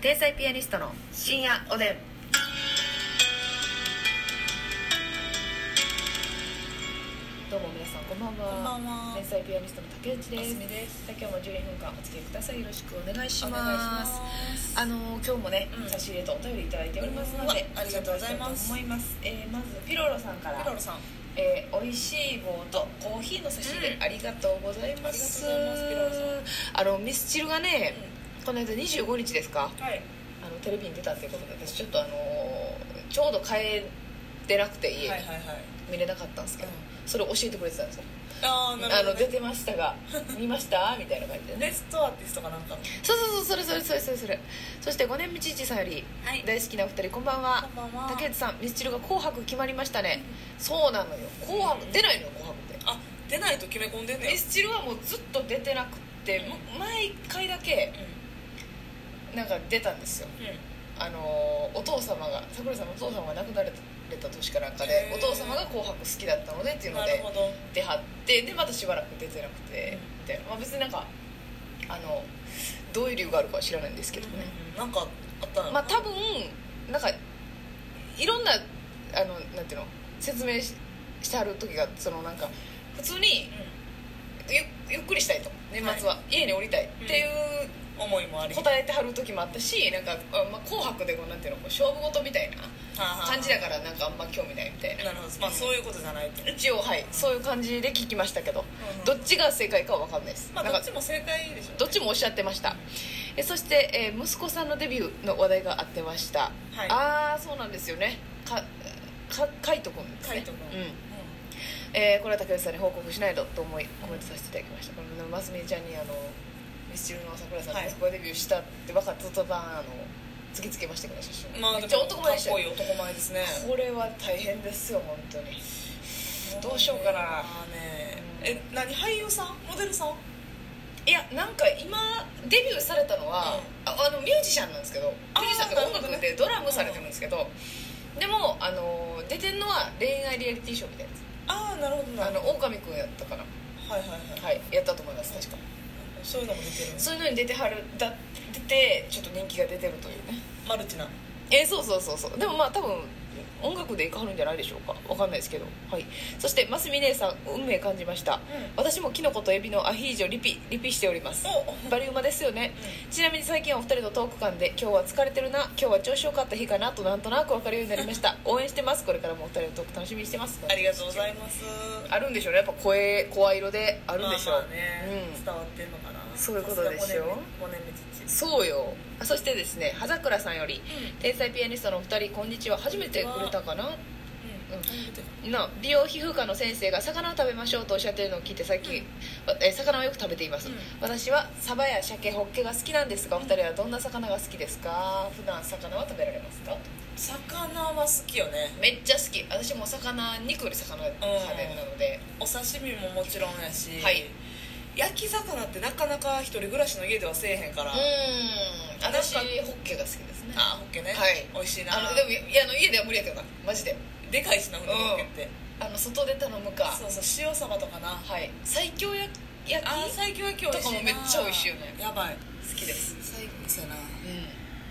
天才ピアニストの深夜おでんどうも皆さんこんばんはこんばんは天才ピアニストの竹内ですますみですさあ今日も12分間お付き合いくださいよろしくお願いしおます願いしますあのー今日もね、うん差し入れとお便りいただいておりますのでうわありがとうございますご紹介したいと思います、えーまずピロロさんからピロロさんあえー、美味しい棒とコーヒーの差し入れ、うんありがとうございますありがとうございますピロロあのミスチルがね、この間25日ですかはいあのテレビに出たっていうことで私ちょっとあのーちょうど帰ってなくて家に、はいはいはい見れなかったんですけど、それを教えてくれてたんですよ、ああなあるのほ出どねてましたが見ましたみたいな感じでねベストアーティストかなんかのそうそうそうそれそれそれそれそれそして5年目ちいちさんよりはい大好きなお二人こんばんはこんばんは竹内さんミスチルが「紅白」決まりましたね、そうなのよ「紅白」出ないのよ「紅白」ってあ出ないと決め込んでんねミやスチルはもうずっと出てなくって、もう毎回だけなんか出たんですようんうんあのーお父様が桜井さんのお父様が亡くなられた年かなんかでへーお父様が「紅白」好きだったのでっていうのなるでほど出はってでまたしばらく出てなくてうみたいな、まあ、別になんかあのどういう理由があるかは知らないんですけどね、うんなんかあったのまあ多分なんかいろんなあのなんていうの説明ししてはる時がそのなんか普通にゆゆっくりしたいと年末は、家に降りたいっていううん思いもあり答えてはる時もあったしなんか、あまあ、紅白でこうなんていうのこう勝負事みたいな感じだかからなんかあんま興味ないみたいななるほどまあそういうことじゃないと一応はいそういう感じで聞きましたけど、うんうんどっちが正解かは分かんないです、まあなんどかっちも正解でしょうねどっちもおっしゃってましたえそして、えー息子さんのデビューの話題があってました、はいああそうなんですよねかか海斗君ですね海斗君うんえーこれは竹内さんに報告しないとと思いコメントさせていただきましたこのますみちゃんにあのミスチルの桜井さんがはい息子がデビューしたって分かった途端あの突きつけましたけど写う真んまあめでっもちゃ男前でしたかよっこいい男前ですねこれは大変ですよ本当にどうしようかなまあねえ何俳優さんモデルさんいやなんか今デビューされたのは、ああのミュージシャンなんですけどミあーュージシャンって音楽なるほどでドラムされてるんですけど、でもあの出てんのは恋愛リアリティショーみたいなやつああなるほどなあるのほど狼くんやったかな、はいはいはいはいやったと思います確かそういうのも出てるそういうのに出てはるだ出てちょっと人気が出てるというねマルチなえーそうそうそうそうでもまあ多分音楽でいかはるんじゃないでしょうかわかんないですけどはいそしてますみ姉さん運命感じました、私もキノコとエビのアヒージョリピリピしておりますおバリうまですよね、ちなみに最近はお二人のトーク間で今日は疲れてるな今日は調子良かった日かなとなんとなく分かるようになりました 応援してますこれからもお二人のトーク楽しみにしてますありがとうございますあるんでしょうねやっぱ声声色でああるんでしょう、まあまあねうん伝わってんのかなそういうことでしょ5年目父そうよあそしてですね葉桜さんより、う天才ピアニストのお二人こんにちは初めてくれたかなうんの美容皮膚科の先生が魚を食べましょうとおっしゃってるのを聞いて最近、え魚をよく食べています、うん私はサバや鮭ホッケが好きなんですがお二人はどんな魚が好きですか普段魚は食べられますか魚は好きよねめっちゃ好き私もう魚肉より魚派手なので、お刺身ももちろんやしはい焼き魚ってなかなか一人暮らしの家ではせえへんからうーん私ホなんかッケが好きですねあホッケねはい美味しいなあのでもいやあの家では無理やけどなマジででかいしなホッケってあの外で頼むかそうそう塩サバとかなはい最強焼き焼きあー最強焼き美味しいなとかもめっちゃ美味しいよねやばい好きです最高そうやなう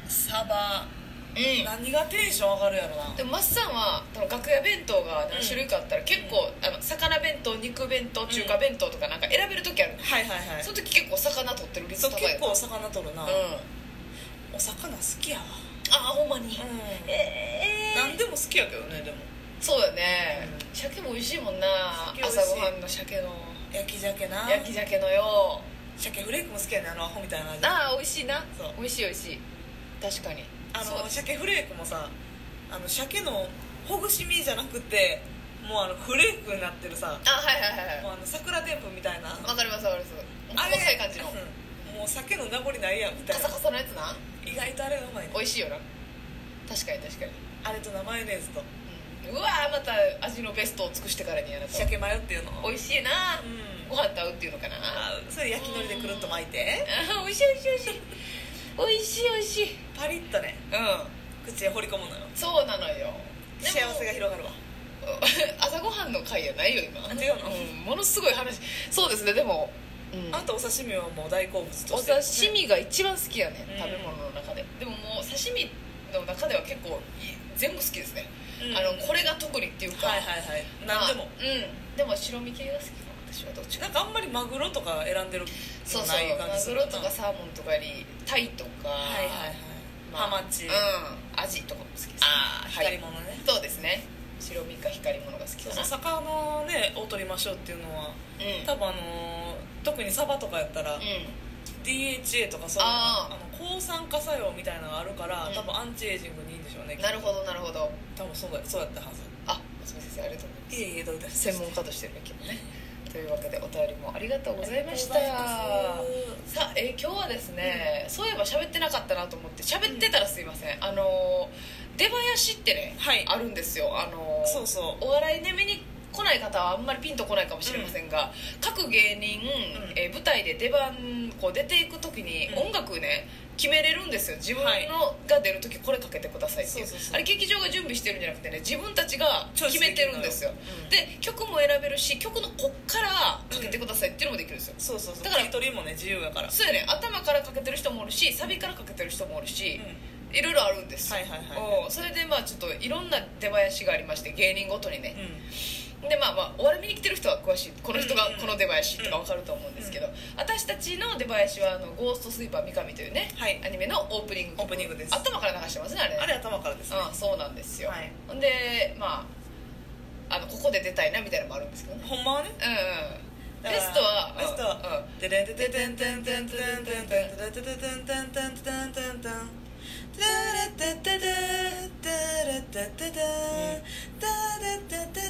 サバん、何がテンション上がるやろなでもマッさんはその楽屋弁当が何種類かあったら結構、あの魚弁当肉弁当中華弁当とかなんか選べる時ある、はいはいはいそのそう時結構魚取ってる率高い結構お魚取るうな、んあお魚好きやわ、あほんまに、うん、ええ何でも好きやけどねでもそうだね、う鮭も美味しいもんな鮭美味しい朝ごはんの鮭の焼き鮭な焼き鮭のよ鮭フレークも好きやねあのアホみたいなう味ああ美味しいなそう美味しい美味しい確かにあそうの鮭フレークもさあの鮭のほぐし身じゃなくてもうあのフレークになってるさあはいはいはいもはうあの桜でんぷんみたいなあいわかりますわかります細い感じのうんもう鮭の名残ないやんみたカいなサカサのやつな意外とあれがうまいね美味しいよな確かに確かにあれとなマヨネーズとうんうわーまた味のベストを尽くしてからにやらと鮭マヨっていうの美味しいなうんご飯と合うっていうのかなああそれ焼き海苔でくるっと巻いてー美味しい美味しい美味しい美味しい美味しいパリッとねう口へ放り込むのよんそうなのよでも幸せが広がるわ 朝ごはんの回やないよ今あ違うのん、ものすごい話そうですねでも、うんあんたお刺身はもう大好物とおしてる刺身が一番好きやねうん食べ物の中ででももの中では結構い全部好きですね、うんあのこれが特にっていうか、はいはいはい何でもまあうんでも白身系が好きかな私はどっちかなんかあんまりマグロとか選んでるそうそなうい感マじすグるロなとかサーモンとかよりタイとかはいはいはいまあハマチうんアジとかも好きですねあはあい光り物ねそうですね白身か光り物が好きそうだそなう魚ねを取りましょうっていうのはうん多分あのー特にサバとかやったら、うん DHA とかそういうのがああの抗酸化作用みたいなのがあるから、うん多分アンチエイジングにいいんでしょうねなるほどなるほど多分そうだそうやったはずあ松本先生ありがとうございますいえいえどうで専門家としての今 日ねというわけでお便りもありがとうございましたありがとうございますさあ、えー今日はですね、そういえば喋ってなかったなと思って喋ってたらすいません、あのー出囃子ってね、はいあるんですよあのーそうそうお笑いね見に来ない方はあんまりピンとこないかもしれませんが、各芸人、うんえー舞台で出番こう出ていく時にうん音楽ね決めれるんですよ自分の、はいが出る時これかけてくださいっていうそうそうそうあれ劇場が準備してるんじゃなくてね自分たちがチョイ決スでめきてるるのよんですようんで曲も選べるし曲のこっからかけてくださいっていうのもできるんですよ、そうそうそうだから切り取りもね自由だからそうやね頭からかけてる人もおるしサビからかけてる人もおるうんし、いろいろあるんですよ、はいはいはいおうそれでまあちょっといろんな出囃子がありまして芸人ごとにね、うでまあまあお笑い見に来てる人は詳しいこの人がうんうんうんこの出囃子とか分かると思うんですけど、私たちの出囃子はあの「ゴーストスイーパー三上」というね、はいアニメのオープニング曲オープニングです頭から流してますねあれねんあれ頭からですねああそうなんですよ、はいほんでまああのここで出たいなみたいなのもあるんですけどねほんまはねうんうんベストはベストうんうんは「テレテテテンテンテンテンテンテンテレテテテンテンテンテンテンテン」テレテテテテレテテテテテレテテ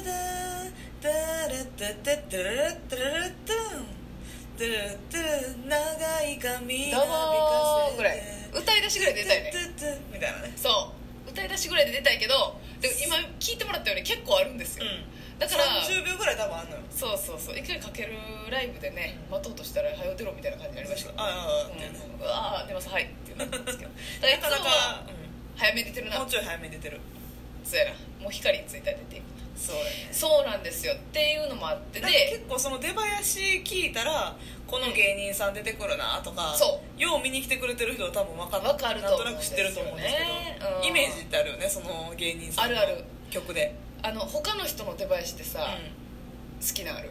テテテレテテテテレテテレテレ長いど髪なうびもかーせぐらい歌い出しぐらいで出た いねねみたいなねそう歌い出しぐらいで出たいけどでも今聞いてもらったように結構あるんですよ、うんだから30秒ぐらい多分あんのよそうそうそう一回かけるライブでね待とうとしたら「はよ出ろ」みたいな感じになりましたけどあうあああってねんうわー出ますはいってなったんです けどだなかからなついもかは早めに出てるうんなもうちょい早めに出てるそうやなもう光についたら出ていくそうやねそうなんですよっていうのもあってなんかで結構その出囃子聞いたらこの芸人さん出てくるなとか、そよう見に来てくれてる人は多分分かっ分かるとなん思うとんなでくす知よっねてると思うんですけど、うんイメージってあるよねその芸人さんのあるある曲であの他の人の出囃子ってさ、うん好きなのある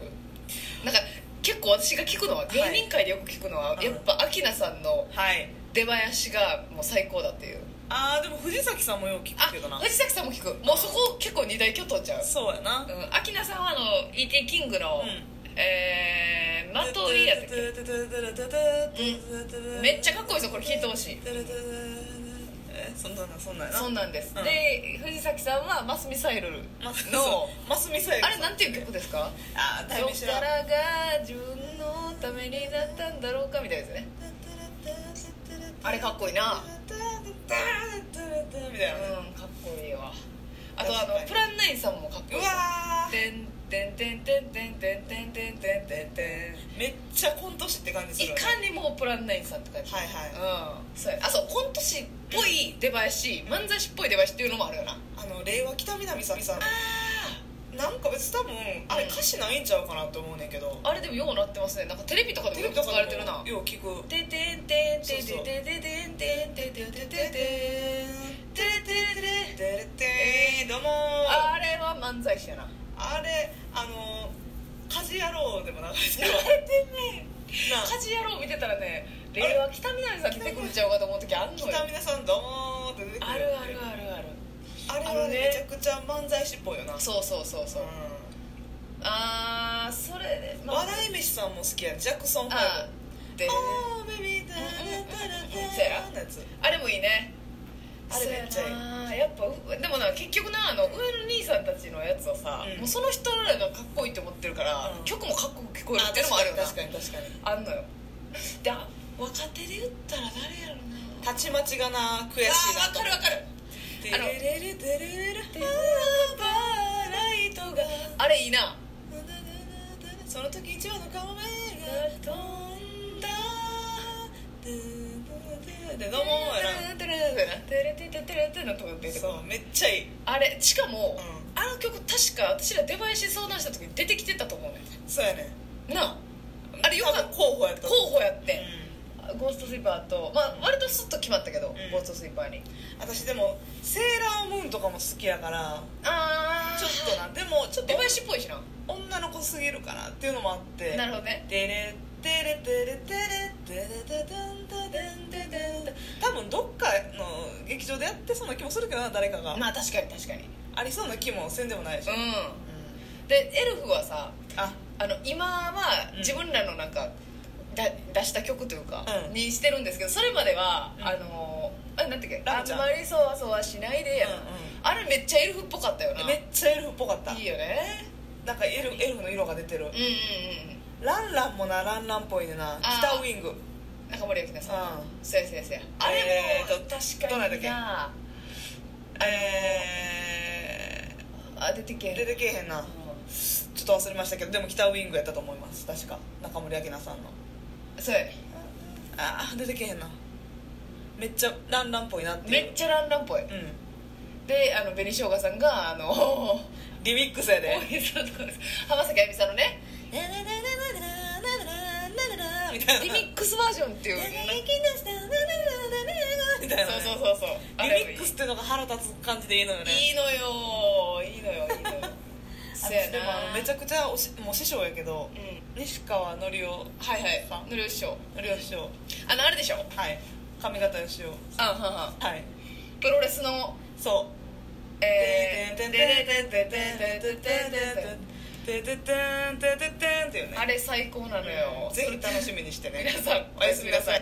なんか結構私が聞くのは芸人界でよく聞くのは、はいやっぱ明菜さんのはい出囃子がもう最高だっていうああでも藤崎さんもよう聞あくけどな藤崎さんも聞くもうそこ結構二大巨頭ちゃうそうやなうん明菜さんはあの E.T. キングの、うんえー、マトリーやったっけうんめっちゃかっこいいぞこれ聞いてほしいえそんなんそんなんやなそうなんです、うんで藤崎さんはマスミサイルのマスマスミサイルあれなんていう曲ですかあどータイこミング知らかんらが自分のためになったんだろうかみたいですねあれかっこいいなみたいなねうんかっこいいわあとあ確かのにプランナインさんもかっこういいわーてんてんてんてんてんてんてんてんてんてんてめっちゃコント師って感じすんいるよねかにもプランナインさんって感じはいはいうんそうやあそうコント師っぽい出囃子漫才師っぽい出囃子っていうのもあるよなあの令和北南さんさなんか別に多分あれ歌詞ないんちゃうかなって思うねんけどあれでもようなってますねなんかテレビとかでテもレよくビ使とかわれでてるなもよう聞くてんてんてんてんてんてんてんてんてんてんてんてんてんてんてんてんてんてんてんてんてんてれてーどうもーあれは漫才師やなあれあのー「家事野郎」でも流れて るわなあ家事野郎見てたらね令和北南さん出てくるんちゃうかと思う時あんのよ北南さんどうもーって出てくあるるよあるあるあるあれあはのねねめちゃくちゃ漫才師っぽいよなそうそうそうそう、うあーそれで、ん笑い飯さんも好きやジャクソン5ああーでーベビーダーそうやのやつあれもいいねあれめっちゃいそいうやなやっぱうでもな結局なあの上の兄さんたちのやつはさ、うんもうその人らがかっこいいと思ってるから、うん曲もかっこよく聞こえるっていうのもあるよな確かに確かにあんのよであ若手で言ったら誰やろなたちまちがな悔しいなあーわかるわかるテレレレテレレレあーバーライトがあれいいなその時一羽の顔が飛んだでどうもやテレテレテレテレテレのとこ出てなくるそうめっちゃいいあれしかも、うあの曲確か私ら出囃子相談した時に出てきてたと思うねそうやねんなああれよかっ多分候補やったた候補やって、ゴーストスイーパーと、まあ、割とスッと決まったけど、んゴーストスイーパーに私でもセーラームーンとかも好きやからあちちょょっとなでもちょっっとと小林っぽいしな女の子すぎるかなっていうのもあってなるほどねテレテレテレテレテレテテンテテンテテン多分どっかの劇場でやってそうな気もするけどな誰かが、まあ確かに確かにうありそうな気もせんでもないでしょ、んうでエルフはさんああの今はうん自分らのなんか、だ出した曲というか、うんにしてるんですけどそれまでは、うんあのあなんていうっけラあムちゃんんまりそわそわしないでやな、うんうんあれめっちゃエルフっぽかったよなめっちゃエルフっぽかったいいよねなんかエルエルフの色が出てるうんうんうんランランもなランランっぽいねんなあー北ウイングうん中森明菜さんあそうやそうやそうやあれも、えーとど確うなかんだっにけなえあ出てけえへー、ん出てけえへんうなんちょっと忘れましたけどでも北ウイングやったと思います確か中森明菜さんのそうやねああ出てけへんなめっちゃランランっぽいなっていうめっちゃランランっぽいうんであの紅しょうがさんがあの大リミックスやで江さんとかです浜崎あゆみさんのねみたいなリミックスバージョンっていうなんかみたいなねそうそうそうそうあれリもいミいックスっていうのが腹立つ感じでいいのよねいいのよいいのよいいのよそうや私なでもあのめちゃくちゃおしもう師匠やけどうん西川のりおはいはいさんのりお師匠のりお師匠あのあれでしょうんはい髪型よしおはんはんはいプロレスのそうえーっていうねあれ最高なのよぜひ楽しみにしてね皆さんおやすみなさい